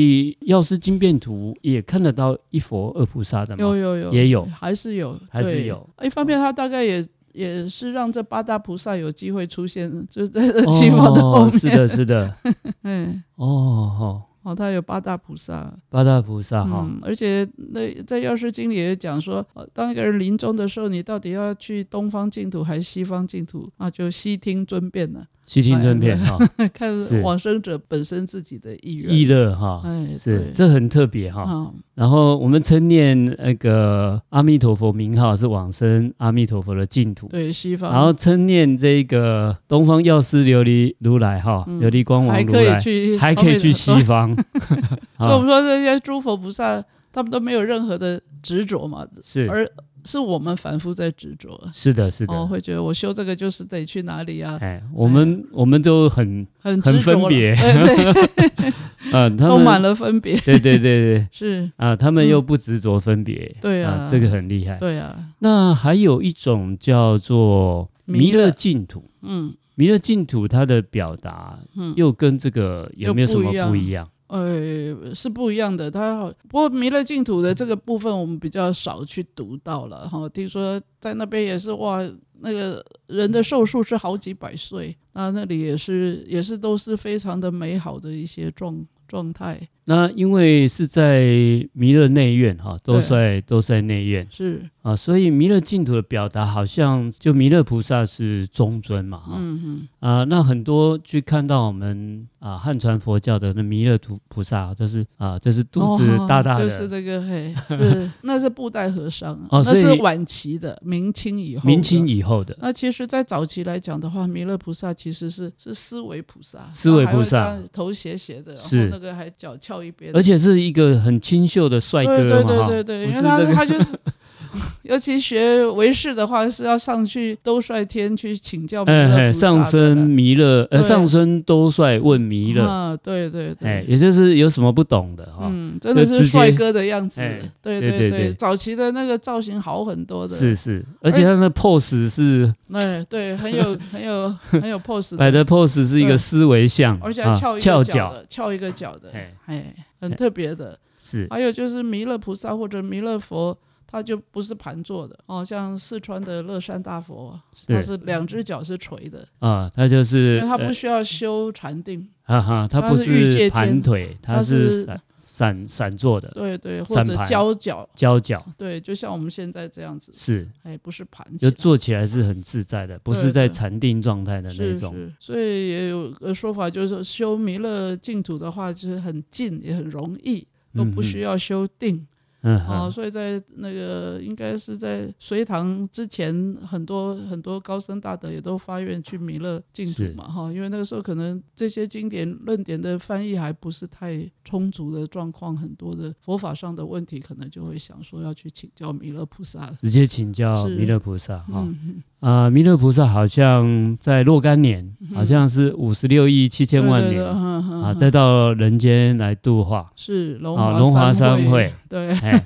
[SPEAKER 1] 药师经变图也看得到一佛二菩萨的
[SPEAKER 2] 有
[SPEAKER 1] 吗？
[SPEAKER 2] 有有，
[SPEAKER 1] 也有
[SPEAKER 2] 还是有，
[SPEAKER 1] 还是
[SPEAKER 2] 对
[SPEAKER 1] 有。哦
[SPEAKER 2] 一方面，他大概也也是让这八大菩萨有机会出现，就是在这七佛的后
[SPEAKER 1] 哦，是
[SPEAKER 2] 面。
[SPEAKER 1] 的，是的，
[SPEAKER 2] 嗯，
[SPEAKER 1] 哦哦，
[SPEAKER 2] 哦，他有八大菩萨，
[SPEAKER 1] 八大菩萨啊哈、
[SPEAKER 2] 嗯，而且那在药师经里也讲说，呃当一个人临终的时候，你到底要去东方净土还是西方净土啊？就悉听尊便了，
[SPEAKER 1] 西听
[SPEAKER 2] 哎
[SPEAKER 1] 尊便哈，
[SPEAKER 2] 看
[SPEAKER 1] 是
[SPEAKER 2] 往生者本身自己的意愿。
[SPEAKER 1] 意乐哈，
[SPEAKER 2] 哎
[SPEAKER 1] 是
[SPEAKER 2] 对
[SPEAKER 1] 这很特别哈。
[SPEAKER 2] 啊，
[SPEAKER 1] 然后我们称念那个阿弥陀佛名号是往生阿弥陀佛的净土，
[SPEAKER 2] 对嗯西方，
[SPEAKER 1] 然后称念这个东方药师琉璃如来哈，
[SPEAKER 2] 嗯
[SPEAKER 1] 琉璃光王
[SPEAKER 2] 还
[SPEAKER 1] 如
[SPEAKER 2] 可以
[SPEAKER 1] 来，
[SPEAKER 2] 去，
[SPEAKER 1] 还可以去西
[SPEAKER 2] 方面
[SPEAKER 1] 方。
[SPEAKER 2] 的。所以我
[SPEAKER 1] 啊，
[SPEAKER 2] 们说这些诸佛菩萨，他们都没有任何的执着嘛，
[SPEAKER 1] 是
[SPEAKER 2] 而是我们反复在执着。
[SPEAKER 1] 是的，是
[SPEAKER 2] 哦，
[SPEAKER 1] 的。
[SPEAKER 2] 会觉得我修这个就是得去哪里啊，
[SPEAKER 1] 哎，我们我们都很
[SPEAKER 2] 很
[SPEAKER 1] 很
[SPEAKER 2] 执着
[SPEAKER 1] 分
[SPEAKER 2] 了哎
[SPEAKER 1] 别
[SPEAKER 2] 对对，
[SPEAKER 1] 呃，他
[SPEAKER 2] 充满
[SPEAKER 1] 们
[SPEAKER 2] 了分别，
[SPEAKER 1] 对对对 对
[SPEAKER 2] 是
[SPEAKER 1] 啊，他们又不执着分别，
[SPEAKER 2] 对啊
[SPEAKER 1] 这个很厉害。
[SPEAKER 2] 对啊，
[SPEAKER 1] 那还有一种叫做弥
[SPEAKER 2] 弥勒
[SPEAKER 1] 勒净土，
[SPEAKER 2] 嗯
[SPEAKER 1] 弥勒净土它的表达
[SPEAKER 2] 嗯，
[SPEAKER 1] 又跟这个有没有什么
[SPEAKER 2] 又
[SPEAKER 1] 不
[SPEAKER 2] 不
[SPEAKER 1] 一
[SPEAKER 2] 一
[SPEAKER 1] 样？
[SPEAKER 2] 呃是不一样的。它好，不过弥勒净土的这个部分我们比较少去读到了哈、听说在那边也是哇，那个人的寿数是好几百岁，那那里也是也是都是非常的美好的一些状状态，
[SPEAKER 1] 那因为是在弥勒内院哈、都在都在内院
[SPEAKER 2] 是
[SPEAKER 1] 啊，所以弥勒净土的表达好像就弥勒菩萨是中尊嘛哈、
[SPEAKER 2] 嗯嗯
[SPEAKER 1] 啊，那很多去看到我们啊汉传佛教的那弥勒菩菩萨，就是啊，就是肚子
[SPEAKER 2] 哦
[SPEAKER 1] 大大的。
[SPEAKER 2] 就是那个 嘿，是那是布袋和尚，
[SPEAKER 1] 哦
[SPEAKER 2] 那
[SPEAKER 1] 所
[SPEAKER 2] 是
[SPEAKER 1] 以
[SPEAKER 2] 晚期的，明清以后，
[SPEAKER 1] 明清。以后的，
[SPEAKER 2] 那其实，在早期来讲的话，弥勒菩萨其实是是思维菩萨，
[SPEAKER 1] 思维菩萨
[SPEAKER 2] 然后还会这样头斜斜的，然后
[SPEAKER 1] 是
[SPEAKER 2] 那个还脚翘一边，
[SPEAKER 1] 而且是一个很清秀的帅
[SPEAKER 2] 对
[SPEAKER 1] 哥
[SPEAKER 2] 对
[SPEAKER 1] 嘛，
[SPEAKER 2] 对
[SPEAKER 1] 哈
[SPEAKER 2] 对对，
[SPEAKER 1] 不
[SPEAKER 2] 因
[SPEAKER 1] 是
[SPEAKER 2] 为他
[SPEAKER 1] 那个
[SPEAKER 2] 他就是， 尤其学唯识的话，是要上去兜率天去请教弥
[SPEAKER 1] 哎
[SPEAKER 2] 勒
[SPEAKER 1] 嘿，
[SPEAKER 2] 菩萨
[SPEAKER 1] 上
[SPEAKER 2] 的
[SPEAKER 1] 身弥勒，呃，
[SPEAKER 2] 对
[SPEAKER 1] 上身都帅问弥勒，
[SPEAKER 2] 啊，对对对，
[SPEAKER 1] 哎，也就是有什么不懂的哈、
[SPEAKER 2] 嗯，真的
[SPEAKER 1] 就是直接
[SPEAKER 2] 帅哥的样子
[SPEAKER 1] 哎，
[SPEAKER 2] 对
[SPEAKER 1] 对对
[SPEAKER 2] 对
[SPEAKER 1] 对
[SPEAKER 2] 早期的那个造型好很多的，
[SPEAKER 1] 是是，而且他的 pose 是
[SPEAKER 2] 哎，对，很有很有 很有 pose
[SPEAKER 1] 摆的
[SPEAKER 2] 的，
[SPEAKER 1] pose 是一个
[SPEAKER 2] 对
[SPEAKER 1] 思维像，
[SPEAKER 2] 而且
[SPEAKER 1] 啊
[SPEAKER 2] 还翘一
[SPEAKER 1] 翘
[SPEAKER 2] 个脚的，翘一个脚的
[SPEAKER 1] 哎，
[SPEAKER 2] 哎，很特别的。
[SPEAKER 1] 是
[SPEAKER 2] 还有就是弥勒菩萨或者弥勒佛，他就不是盘坐的哦，像四川的乐山大佛，啊他
[SPEAKER 1] 是
[SPEAKER 2] 是两只脚是垂的，
[SPEAKER 1] 啊，他就
[SPEAKER 2] 因
[SPEAKER 1] 是
[SPEAKER 2] 为他不
[SPEAKER 1] 呃
[SPEAKER 2] 需要修禅定，
[SPEAKER 1] 哈哈，他
[SPEAKER 2] 他
[SPEAKER 1] 不
[SPEAKER 2] 是御界
[SPEAKER 1] 盘
[SPEAKER 2] 天
[SPEAKER 1] 腿，他
[SPEAKER 2] 他
[SPEAKER 1] 是
[SPEAKER 2] 是
[SPEAKER 1] 散散散坐的
[SPEAKER 2] 对对，或
[SPEAKER 1] 散
[SPEAKER 2] 者
[SPEAKER 1] 盘
[SPEAKER 2] 交脚，
[SPEAKER 1] 交脚，
[SPEAKER 2] 对，就像我们现在这样子，
[SPEAKER 1] 是
[SPEAKER 2] 哎，不是盘起
[SPEAKER 1] 就
[SPEAKER 2] 来。
[SPEAKER 1] 坐起来是很自在的，不是
[SPEAKER 2] 对
[SPEAKER 1] 在
[SPEAKER 2] 对
[SPEAKER 1] 禅定状态的那
[SPEAKER 2] 是
[SPEAKER 1] 种。
[SPEAKER 2] 是，所以也有个说法，就是说修弥勒净土的话，就是很近，也很容易，都不需
[SPEAKER 1] 要，
[SPEAKER 2] 要修定。
[SPEAKER 1] 嗯
[SPEAKER 2] 啊、
[SPEAKER 1] 哼，
[SPEAKER 2] 所以在那个应该是在隋唐之前，很多很多高僧大德也都发愿去弥勒净土
[SPEAKER 1] 是
[SPEAKER 2] 嘛，哈，因为那个时候可能这些经典论点的翻译还不是太充足的状况，很多的佛法上的问题，可能就会想说要去请教弥勒菩萨。
[SPEAKER 1] 直接请教
[SPEAKER 2] 是
[SPEAKER 1] 弥勒菩萨哈。
[SPEAKER 2] 嗯，
[SPEAKER 1] 啊，弥勒菩萨好像在若干年，好
[SPEAKER 2] 嗯
[SPEAKER 1] 像是五十六亿七千万
[SPEAKER 2] 对
[SPEAKER 1] 年
[SPEAKER 2] 对对嗯嗯
[SPEAKER 1] 啊，
[SPEAKER 2] 嗯
[SPEAKER 1] 再到人间来度化
[SPEAKER 2] 是龙
[SPEAKER 1] 啊，
[SPEAKER 2] 华
[SPEAKER 1] 龙华
[SPEAKER 2] 三
[SPEAKER 1] 三会。
[SPEAKER 2] 对，
[SPEAKER 1] 哎，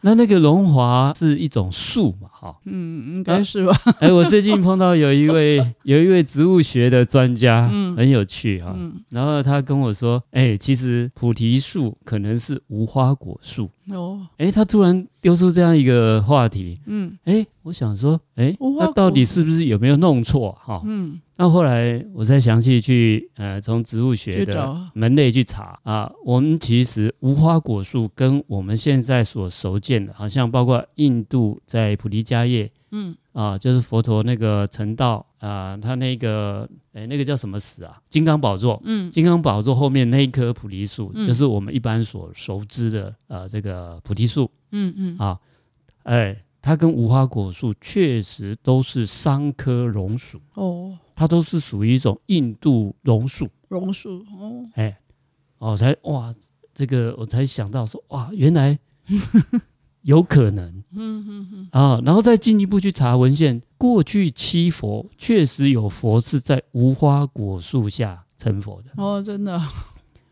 [SPEAKER 1] 那那个龙华是一种树嘛， 哈、
[SPEAKER 2] 嗯，应该是吧？
[SPEAKER 1] 哎，我最近碰到有一 位有一位植物学的专家，
[SPEAKER 2] 嗯
[SPEAKER 1] 很有趣哈、
[SPEAKER 2] 嗯，
[SPEAKER 1] 然后他跟我说，哎，其实菩提树可能是无花果树。
[SPEAKER 2] 哦，
[SPEAKER 1] 哎，他突然丢出这样一个话题，
[SPEAKER 2] 嗯
[SPEAKER 1] 哎，我想说，哎
[SPEAKER 2] 无，花
[SPEAKER 1] 那
[SPEAKER 2] 果
[SPEAKER 1] 到底是不是有没有弄错哈、
[SPEAKER 2] 嗯，
[SPEAKER 1] 那后来我再详细去呃，从植物学
[SPEAKER 2] 去
[SPEAKER 1] 的
[SPEAKER 2] 找，
[SPEAKER 1] 门类去查啊，我们其实无花果树跟我们现在所熟见的，好像包括印度在普提迦叶
[SPEAKER 2] 嗯，
[SPEAKER 1] 啊，就是佛陀那个成道啊，他那个哎那个叫什么石啊？金刚宝座。
[SPEAKER 2] 嗯，
[SPEAKER 1] 金刚宝座后面那一棵菩提树，
[SPEAKER 2] 嗯
[SPEAKER 1] 就是我们一般所熟知的呃这个菩提树
[SPEAKER 2] 嗯嗯，
[SPEAKER 1] 啊，哎，它跟无花果树确实都是三棵榕属。
[SPEAKER 2] 哦，
[SPEAKER 1] 它都是属于一种印度榕树，
[SPEAKER 2] 榕树哦，
[SPEAKER 1] 哎，哦，我才哇，这个我才想到说，哇，原 来有可能，嗯嗯嗯，啊，然后再进一步去查文献，过去七佛确实有佛是在无花果树下成佛的
[SPEAKER 2] 哦，真的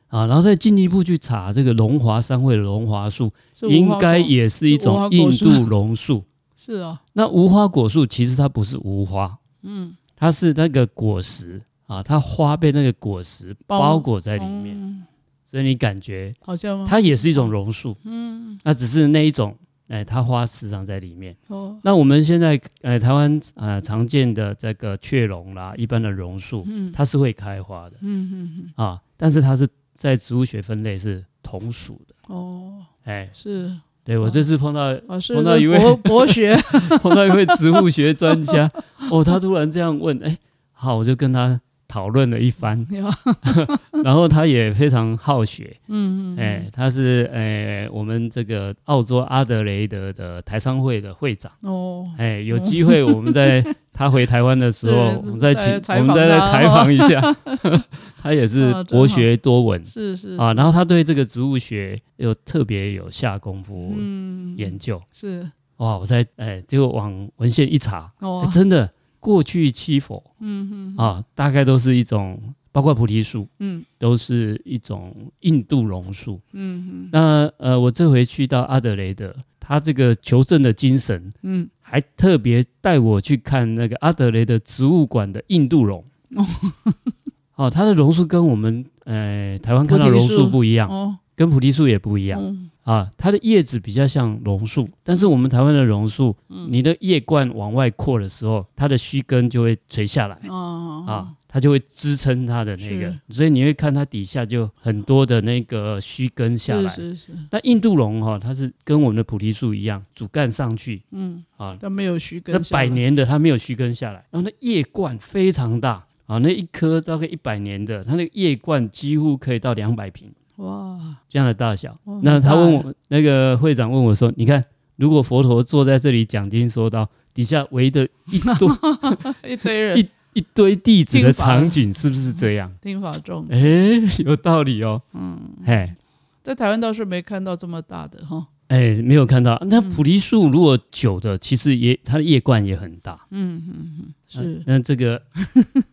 [SPEAKER 1] 啊，然后再进一步去查这个龙华三会的龙华树，
[SPEAKER 2] 是无花
[SPEAKER 1] 应
[SPEAKER 2] 果
[SPEAKER 1] 该也是一
[SPEAKER 2] 无花
[SPEAKER 1] 种
[SPEAKER 2] 果
[SPEAKER 1] 印
[SPEAKER 2] 树
[SPEAKER 1] 度榕树。
[SPEAKER 2] 是哦，
[SPEAKER 1] 那无花果树其实它不是无花，嗯，它是那个果实啊，它花被那个果实
[SPEAKER 2] 包
[SPEAKER 1] 包裹在里面，
[SPEAKER 2] 嗯
[SPEAKER 1] 所以你感觉
[SPEAKER 2] 好像
[SPEAKER 1] 它也是一种榕树，嗯，那只是那一种，哎，它花时常在里面。
[SPEAKER 2] 哦，
[SPEAKER 1] 那我们现在呃台湾呃常见的这个雀榕啦，一般的榕树，
[SPEAKER 2] 嗯
[SPEAKER 1] 它是会开花的
[SPEAKER 2] 嗯嗯
[SPEAKER 1] 啊，但是它是在植物学分类是同属的，
[SPEAKER 2] 嗯，哦，
[SPEAKER 1] 哎，
[SPEAKER 2] 是
[SPEAKER 1] 对我这次碰到
[SPEAKER 2] 啊，是
[SPEAKER 1] 碰到一位
[SPEAKER 2] 博博学，
[SPEAKER 1] 碰到一位植物学专家，哦，他突然这样问，哎，好，我就跟他讨论了一番，然后他也非常好学，
[SPEAKER 2] 嗯嗯，
[SPEAKER 1] 哎，他是哎我们这个澳洲阿德雷德的台商会的会长，
[SPEAKER 2] 哦，
[SPEAKER 1] 哎，有机会我们 在他回台湾的时候，
[SPEAKER 2] 是
[SPEAKER 1] 我们再
[SPEAKER 2] 再
[SPEAKER 1] 请
[SPEAKER 2] 采
[SPEAKER 1] 我们
[SPEAKER 2] 访
[SPEAKER 1] 再来
[SPEAKER 2] 他哦
[SPEAKER 1] 采访一下， 他也是
[SPEAKER 2] 啊真
[SPEAKER 1] 博
[SPEAKER 2] 好
[SPEAKER 1] 学多闻
[SPEAKER 2] 是是
[SPEAKER 1] 啊，，然后他对这个植物学又特别有下功夫
[SPEAKER 2] 嗯，
[SPEAKER 1] 研究，
[SPEAKER 2] 是
[SPEAKER 1] 哇，我在哎，结果往文献一查。
[SPEAKER 2] 哦
[SPEAKER 1] 欸、，真的，过去七佛，嗯嗯啊，大概都是一种，包括菩提树，
[SPEAKER 2] 嗯
[SPEAKER 1] 都是一种印度榕树。
[SPEAKER 2] 嗯嗯
[SPEAKER 1] 那呃，我这回去到阿德雷德，他这个求证的精神，
[SPEAKER 2] 嗯，
[SPEAKER 1] 还特别带我去看那个阿德雷德植物馆的印度榕。
[SPEAKER 2] 哦
[SPEAKER 1] 哦，它的榕树跟我们呃台湾看到
[SPEAKER 2] 菩提
[SPEAKER 1] 榕树
[SPEAKER 2] 树
[SPEAKER 1] 不一样，
[SPEAKER 2] 哦，
[SPEAKER 1] 跟菩提树也不一样。
[SPEAKER 2] 嗯
[SPEAKER 1] 啊，它的叶子比较像榕树，但是我们台湾的榕树，
[SPEAKER 2] 嗯
[SPEAKER 1] 你的叶冠往外扩的时候，它的须根就会垂下来
[SPEAKER 2] 哦
[SPEAKER 1] 啊，，它就会支撑它的那个，所以你会看它底下就很多的那个须根下
[SPEAKER 2] 是
[SPEAKER 1] 来。
[SPEAKER 2] 是是，
[SPEAKER 1] 那印度榕哈、它是跟我们的菩提树一样，主干上去
[SPEAKER 2] 嗯，
[SPEAKER 1] 啊，
[SPEAKER 2] 但没有须根
[SPEAKER 1] 那
[SPEAKER 2] 下来，
[SPEAKER 1] 百年的它没有须根下来，然后那叶冠非常大啊，那一棵大概一百年的，它那个叶冠几乎可以到两百平。
[SPEAKER 2] 哇，
[SPEAKER 1] 这样的大小
[SPEAKER 2] 哇。
[SPEAKER 1] 那
[SPEAKER 2] 很
[SPEAKER 1] 他
[SPEAKER 2] 大
[SPEAKER 1] 问
[SPEAKER 2] 欸
[SPEAKER 1] 我，那个会长问我说：“你看，如果佛陀坐在这里讲经说道，底下围的一 堆
[SPEAKER 2] 一堆人
[SPEAKER 1] 一堆弟子的
[SPEAKER 2] 听法
[SPEAKER 1] 场景，是不是这 样
[SPEAKER 2] 听法众？”，
[SPEAKER 1] 哎、有道理哦。
[SPEAKER 2] 嗯，
[SPEAKER 1] 哎
[SPEAKER 2] 在台湾倒是没看到这么大的哈，
[SPEAKER 1] 哎，没有看到。那
[SPEAKER 2] 嗯
[SPEAKER 1] 菩提树如果久的，其实也它的叶冠也很大。
[SPEAKER 2] 嗯嗯嗯，是
[SPEAKER 1] 那那这 个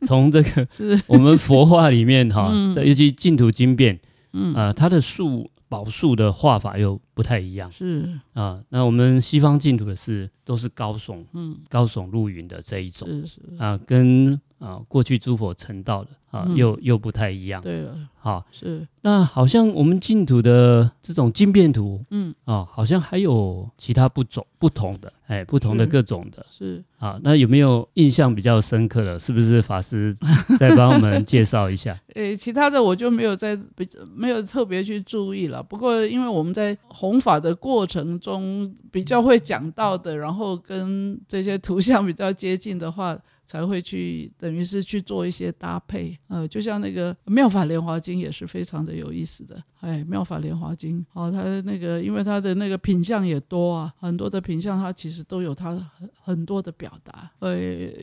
[SPEAKER 1] 从这个
[SPEAKER 2] 是，
[SPEAKER 1] 我们佛画里面哈
[SPEAKER 2] 嗯，
[SPEAKER 1] 在尤其净土经变
[SPEAKER 2] 嗯
[SPEAKER 1] 啊，它的树宝树的画法又不太一样。
[SPEAKER 2] 是
[SPEAKER 1] 啊、那我们西方净土的是都是高耸
[SPEAKER 2] 嗯
[SPEAKER 1] 高耸入云的这一种
[SPEAKER 2] 是是，
[SPEAKER 1] 啊、跟啊、过去诸佛成道的啊、
[SPEAKER 2] 嗯
[SPEAKER 1] 又又不太一样。
[SPEAKER 2] 对了，
[SPEAKER 1] 好、
[SPEAKER 2] 是
[SPEAKER 1] 那好像我们净土的这种经变图
[SPEAKER 2] 嗯
[SPEAKER 1] 啊、好像还有其他不种不同的，哎，不同的
[SPEAKER 2] 是
[SPEAKER 1] 各种的
[SPEAKER 2] 是，
[SPEAKER 1] 啊、那有没有印象比较深刻的？是不是法 师再帮我们介绍一下？
[SPEAKER 2] 诶，其他的我就没有在比没有特别去注意了。不过因为我们在弘法的过程中比较会讲到的，然后跟这些图像比较接近的话，才会去等于是去做一些搭配。呃，就像那个《妙法莲华经》也是非常的有意思的。哎，《妙法莲华经》哦，它的那个因为它的那个品相也多啊，很多的品相它其实都有它很很多的表达。呃，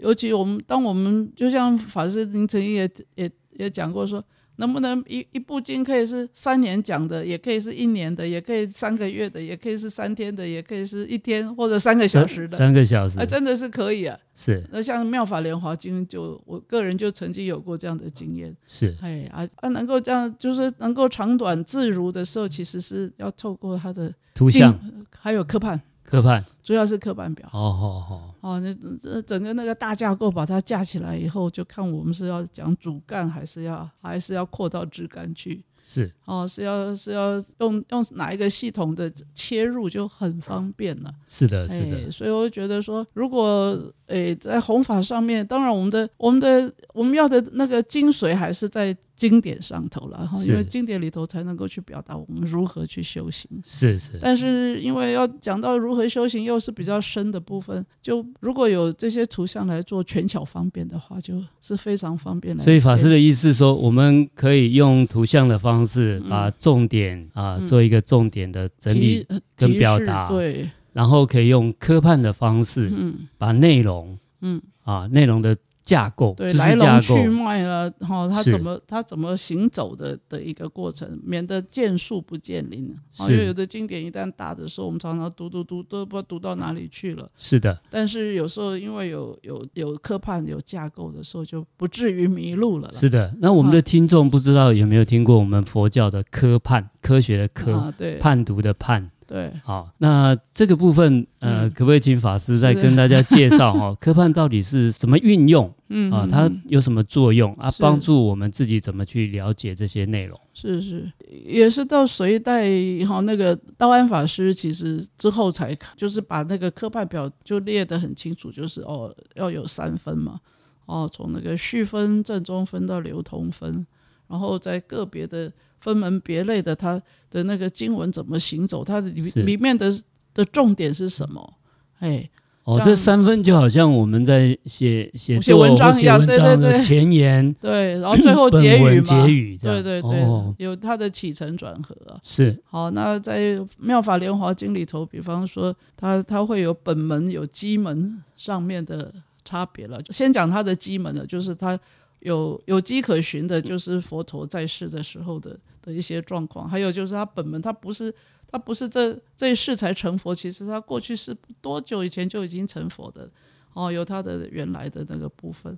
[SPEAKER 2] 尤其我们当我们就像法师林承一也也也讲过说。能不能一一部经可以是三年讲的，也可以是一年的，也可以三个月的，也可以是三天的，也可以是一天或者三个 小时的，
[SPEAKER 1] 三个小时
[SPEAKER 2] 哎，真的是可以啊！
[SPEAKER 1] 是
[SPEAKER 2] 那像《妙法莲华经》就，我个人就曾经有过这样的经验。
[SPEAKER 1] 是
[SPEAKER 2] 哎啊啊，能够这样，就是能够长短自如的时候，其实是要透过它的
[SPEAKER 1] 图
[SPEAKER 2] 镜
[SPEAKER 1] 像
[SPEAKER 2] 还有刻盘，
[SPEAKER 1] 科判，
[SPEAKER 2] 主要是刻盘表。
[SPEAKER 1] 哦哦哦，
[SPEAKER 2] 哦，那这整个那个大架构把它架起来以后，就看我们是要讲主干，还是要还是要扩到枝干去。
[SPEAKER 1] 是
[SPEAKER 2] 哦，是要是要用用哪一个系统的切入就很方便了。
[SPEAKER 1] 是的是的，
[SPEAKER 2] 哎，所以我就觉得说，如果诶、在弘法上面，当然我们的我们的我们要的那个精髓还是在经典上头了哈，
[SPEAKER 1] 是
[SPEAKER 2] 因为经典里头才能够去表达我们如何去修行。
[SPEAKER 1] 是是
[SPEAKER 2] 但是因为要讲到如何修行，又是比较深的部分，就如果有这些图像来做权巧方便的话，就是非常方便来。
[SPEAKER 1] 所以法师的意思是说，我们可以用图像的方式
[SPEAKER 2] 嗯
[SPEAKER 1] 把重点啊、
[SPEAKER 2] 嗯
[SPEAKER 1] 做一个重点的整理，
[SPEAKER 2] 提呃
[SPEAKER 1] 跟
[SPEAKER 2] 提示
[SPEAKER 1] 表达
[SPEAKER 2] 对，
[SPEAKER 1] 然后可以用科判的方式
[SPEAKER 2] 嗯
[SPEAKER 1] 把内容
[SPEAKER 2] 嗯
[SPEAKER 1] 啊内容的架构，
[SPEAKER 2] 对
[SPEAKER 1] 知
[SPEAKER 2] 来
[SPEAKER 1] 识架
[SPEAKER 2] 龙
[SPEAKER 1] 构
[SPEAKER 2] 去，脉了，哈、他
[SPEAKER 1] 是
[SPEAKER 2] 怎么他怎么行走的的一个过程，免得见树不见林、啊。
[SPEAKER 1] 是
[SPEAKER 2] 因为有的经典一旦大的时候，我们常常读读读都不知道读到哪里去了。
[SPEAKER 1] 是的，
[SPEAKER 2] 但是有时候因为有有有科判有架构的时候，就不至于迷路了啦。
[SPEAKER 1] 是的。那我们的听众不知道有没有听过我们佛教的科判，科学的科，
[SPEAKER 2] 嗯啊，对
[SPEAKER 1] 判读的判，
[SPEAKER 2] 对。
[SPEAKER 1] 好，那这个部分，呃，
[SPEAKER 2] 嗯
[SPEAKER 1] 可不可以请法师再
[SPEAKER 2] 是
[SPEAKER 1] 跟大家介绍 哈、科判到底是什么运用
[SPEAKER 2] 嗯
[SPEAKER 1] 啊？
[SPEAKER 2] 嗯
[SPEAKER 1] 它
[SPEAKER 2] 嗯
[SPEAKER 1] 有什么作用啊？
[SPEAKER 2] 是
[SPEAKER 1] 帮助我们自己怎么去了解这些内容？
[SPEAKER 2] 是是，也是到隋代哈，那个道安法师其实之后才就是把那个科判表就列得很清楚，就是哦要有三分嘛，哦从那个序分、正中分到流通分，然后在个别的分门别类的它的那个经文怎么行走，它的里
[SPEAKER 1] 是
[SPEAKER 2] 里面的的重点是什么？哎，
[SPEAKER 1] 哦，
[SPEAKER 2] 像
[SPEAKER 1] 这三分就好像我们在写写
[SPEAKER 2] 写
[SPEAKER 1] 作
[SPEAKER 2] 文章
[SPEAKER 1] 或
[SPEAKER 2] 一
[SPEAKER 1] 写
[SPEAKER 2] 样
[SPEAKER 1] 文
[SPEAKER 2] 对
[SPEAKER 1] 章
[SPEAKER 2] 对
[SPEAKER 1] 的
[SPEAKER 2] 对
[SPEAKER 1] 前言、
[SPEAKER 2] 对，然后最后结
[SPEAKER 1] 嗯本
[SPEAKER 2] 语
[SPEAKER 1] 文、
[SPEAKER 2] 嘛
[SPEAKER 1] 结，语这
[SPEAKER 2] 对
[SPEAKER 1] 样，
[SPEAKER 2] 对对，
[SPEAKER 1] 哦，
[SPEAKER 2] 有它的起承转合啊、
[SPEAKER 1] 是
[SPEAKER 2] 好，那在《妙法莲华经》里头，比方说它它会有本门有基门上面的差别了。先讲它的基门呢，就是它有有迹可循的，就是佛陀在世的时候的的一些状况，还有就是它本门，它不是它不是这这一世才成佛，其实它过去是多久以前就已经成佛的哦，有它的原来的那个部分。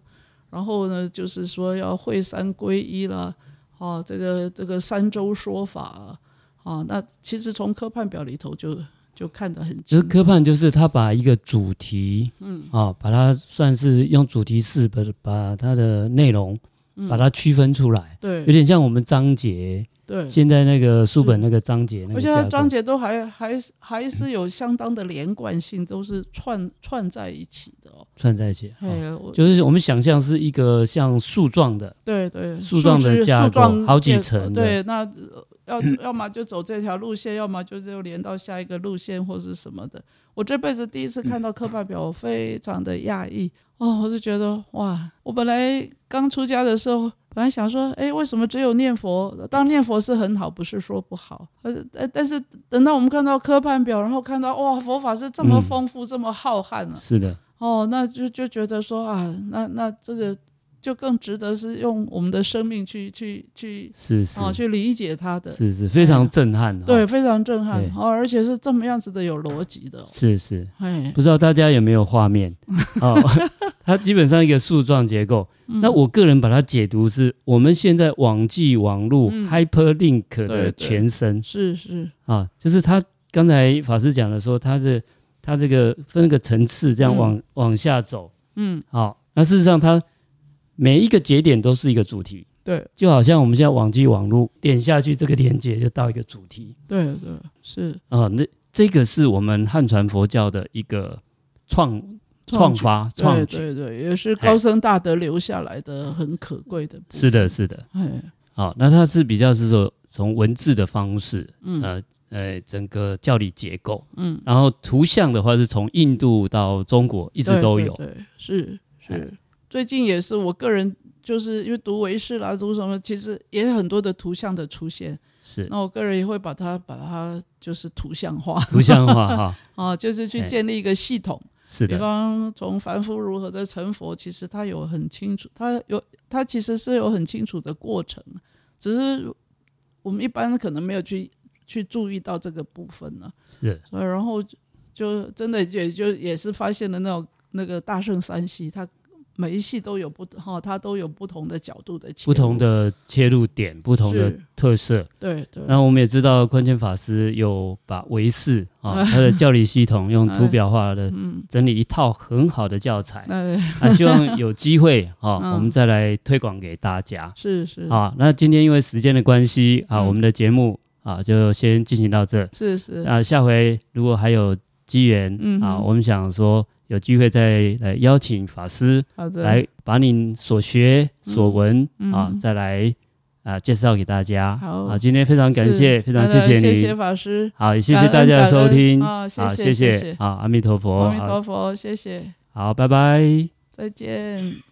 [SPEAKER 2] 然后呢，就是说要会三归一啦，哦，这个这个三周说法啊，哦，那其实从科判表里头就就看得很
[SPEAKER 1] 其
[SPEAKER 2] 清
[SPEAKER 1] 实
[SPEAKER 2] 楚。
[SPEAKER 1] 科判就是他把一个主题，嗯，啊，把它算是用主题式把把它的内容把它区分出来，
[SPEAKER 2] 嗯对
[SPEAKER 1] 有点像我们章节。
[SPEAKER 2] 对，
[SPEAKER 1] 现在那个书本
[SPEAKER 2] 是
[SPEAKER 1] 那个章节那
[SPEAKER 2] 而
[SPEAKER 1] 个
[SPEAKER 2] 且
[SPEAKER 1] 架
[SPEAKER 2] 它
[SPEAKER 1] 构，
[SPEAKER 2] 章节都还还还是有相当的连贯性，都是串串在一起的哦。
[SPEAKER 1] 串在一起，
[SPEAKER 2] 哎
[SPEAKER 1] 哦
[SPEAKER 2] 呀，我
[SPEAKER 1] 就是我们想象是一个像树状的，
[SPEAKER 2] 对对，
[SPEAKER 1] 树状的
[SPEAKER 2] 枝
[SPEAKER 1] 架
[SPEAKER 2] 树
[SPEAKER 1] 构
[SPEAKER 2] 状
[SPEAKER 1] 好几
[SPEAKER 2] 建
[SPEAKER 1] 层的
[SPEAKER 2] 对，那呃要要么就走这条路线，要么就就连到下一个路线或是什么的。我这辈子第一
[SPEAKER 1] 嗯
[SPEAKER 2] 次看到课办表，我非常的讶异哦，我就觉得哇，我本来刚出家的时候。本来想说，哎，为什么只有念佛？当然念佛是很好，不是说不好。呃，呃但是等到我们看到科判表，然后看到哇，佛法是这么
[SPEAKER 1] 嗯
[SPEAKER 2] 丰富，这么浩瀚啊，
[SPEAKER 1] 是的，
[SPEAKER 2] 哦，那就就觉得说啊，那那这个就更值得是用我们的生命去去去
[SPEAKER 1] 是是
[SPEAKER 2] 啊去理解它的，
[SPEAKER 1] 是是非常震撼哈，
[SPEAKER 2] 对，非常震撼
[SPEAKER 1] 对
[SPEAKER 2] 哦，而且是这么样子的有逻辑的哦，
[SPEAKER 1] 是是，
[SPEAKER 2] 哎，
[SPEAKER 1] 不知道大家有没有画 面哦， 它基本上一个树状结构。
[SPEAKER 2] 嗯
[SPEAKER 1] 那我个人把它解读是我们现在网际网络
[SPEAKER 2] 嗯
[SPEAKER 1] hyperlink 的
[SPEAKER 2] 对对
[SPEAKER 1] 前身
[SPEAKER 2] 是是，
[SPEAKER 1] 啊，就是它刚才法师讲的说，它是它这个分个层次这样
[SPEAKER 2] 嗯
[SPEAKER 1] 往往下走，
[SPEAKER 2] 嗯，
[SPEAKER 1] 好，那事实上它每一个节点都是一个主题，
[SPEAKER 2] 对
[SPEAKER 1] 就好像我们现在网际网络点下去这个连接就到一个主题
[SPEAKER 2] 对对是
[SPEAKER 1] 啊、那这个是我们汉传佛教的一个创创
[SPEAKER 2] 创举
[SPEAKER 1] 发
[SPEAKER 2] 对
[SPEAKER 1] 创举，
[SPEAKER 2] 对对，也是
[SPEAKER 1] 哎
[SPEAKER 2] 高僧大德留下来的很可贵的，
[SPEAKER 1] 是的，，是的。
[SPEAKER 2] 哎，
[SPEAKER 1] 好、那它是比较是说从文字的方式，
[SPEAKER 2] 嗯
[SPEAKER 1] 呃呃，整个教理结构，
[SPEAKER 2] 嗯，
[SPEAKER 1] 然后图像的话是从印度到中国一
[SPEAKER 2] 一
[SPEAKER 1] 直都有，
[SPEAKER 2] 对对是
[SPEAKER 1] 哎
[SPEAKER 2] 是。最近也是我个人，就是因为读唯识啦，读什么，其实也有很多的图像的出现。
[SPEAKER 1] 是
[SPEAKER 2] 那我个人也会把它把它就是图像化
[SPEAKER 1] 图 像化哈，
[SPEAKER 2] 啊，就是去
[SPEAKER 1] 哎
[SPEAKER 2] 建立一个系统。
[SPEAKER 1] 是
[SPEAKER 2] 比
[SPEAKER 1] 的，
[SPEAKER 2] 方从凡夫如何的成佛，其实它有很清楚，它有它其实是有很清楚的过程，只是我们一般可能没有去去注意到这个部分呢、
[SPEAKER 1] 是
[SPEAKER 2] 所以然后就真的也就也是发现了那种那个大圣三系，它每一系都有不哈、它都有不同的角度的切入
[SPEAKER 1] 不同的切入点，不同的
[SPEAKER 2] 是
[SPEAKER 1] 特色，
[SPEAKER 2] 对对
[SPEAKER 1] 那我们也知道，宽谦法师有把唯识啊，
[SPEAKER 2] 哎
[SPEAKER 1] 他的教理系统用
[SPEAKER 2] 哎
[SPEAKER 1] 图表化的
[SPEAKER 2] 嗯
[SPEAKER 1] 整理一套很好的教材，
[SPEAKER 2] 那
[SPEAKER 1] 那啊希望有机 会啊，
[SPEAKER 2] 嗯
[SPEAKER 1] 我们再来推广给大家
[SPEAKER 2] 是是
[SPEAKER 1] 啊。那今天因为时间的关系啊，
[SPEAKER 2] 嗯
[SPEAKER 1] 我们的节目啊就先进行到这
[SPEAKER 2] 是是
[SPEAKER 1] 啊。下回如果还有机缘
[SPEAKER 2] 嗯
[SPEAKER 1] 啊，
[SPEAKER 2] 哼
[SPEAKER 1] 我们想说有机会再来邀请法师
[SPEAKER 2] 好的
[SPEAKER 1] 来把你所学所闻
[SPEAKER 2] 嗯
[SPEAKER 1] 啊
[SPEAKER 2] 嗯
[SPEAKER 1] 再来啊介绍给大家。
[SPEAKER 2] 好
[SPEAKER 1] 啊，今天非常感
[SPEAKER 2] 是
[SPEAKER 1] 谢，非常
[SPEAKER 2] 好的
[SPEAKER 1] 谢
[SPEAKER 2] 谢
[SPEAKER 1] 你。
[SPEAKER 2] 谢法师，
[SPEAKER 1] 好，也谢谢
[SPEAKER 2] 感
[SPEAKER 1] 大
[SPEAKER 2] 恩
[SPEAKER 1] 家的
[SPEAKER 2] 感
[SPEAKER 1] 收
[SPEAKER 2] 恩
[SPEAKER 1] 听，
[SPEAKER 2] 啊谢
[SPEAKER 1] 好，
[SPEAKER 2] 谢
[SPEAKER 1] 谢
[SPEAKER 2] 谢
[SPEAKER 1] 谢
[SPEAKER 2] 谢，
[SPEAKER 1] 哦好，阿弥陀佛，
[SPEAKER 2] 阿弥
[SPEAKER 1] 好
[SPEAKER 2] 陀佛，谢谢，
[SPEAKER 1] 好，拜拜。
[SPEAKER 2] 再见。